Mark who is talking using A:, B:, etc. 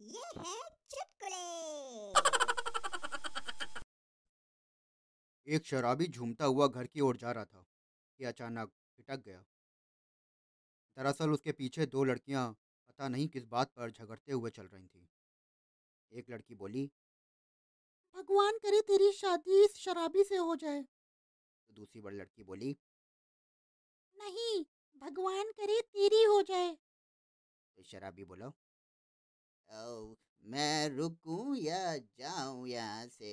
A: ये है चुटकुले
B: एक शराबी झूमता हुआ घर की ओर जा रहा था कि अचानक भटक गया दरअसल उसके पीछे दो लड़कियां पता नहीं किस बात पर झगड़ते हुए चल रही थीं एक लड़की बोली
C: भगवान करे तेरी शादी इस शराबी से हो जाए
B: तो दूसरी बड़ी लड़की बोली
C: नहीं भगवान करे तेरी हो जाए
B: तो शराबी बोला ओ, मैं रुकूं या जाऊं यहाँ से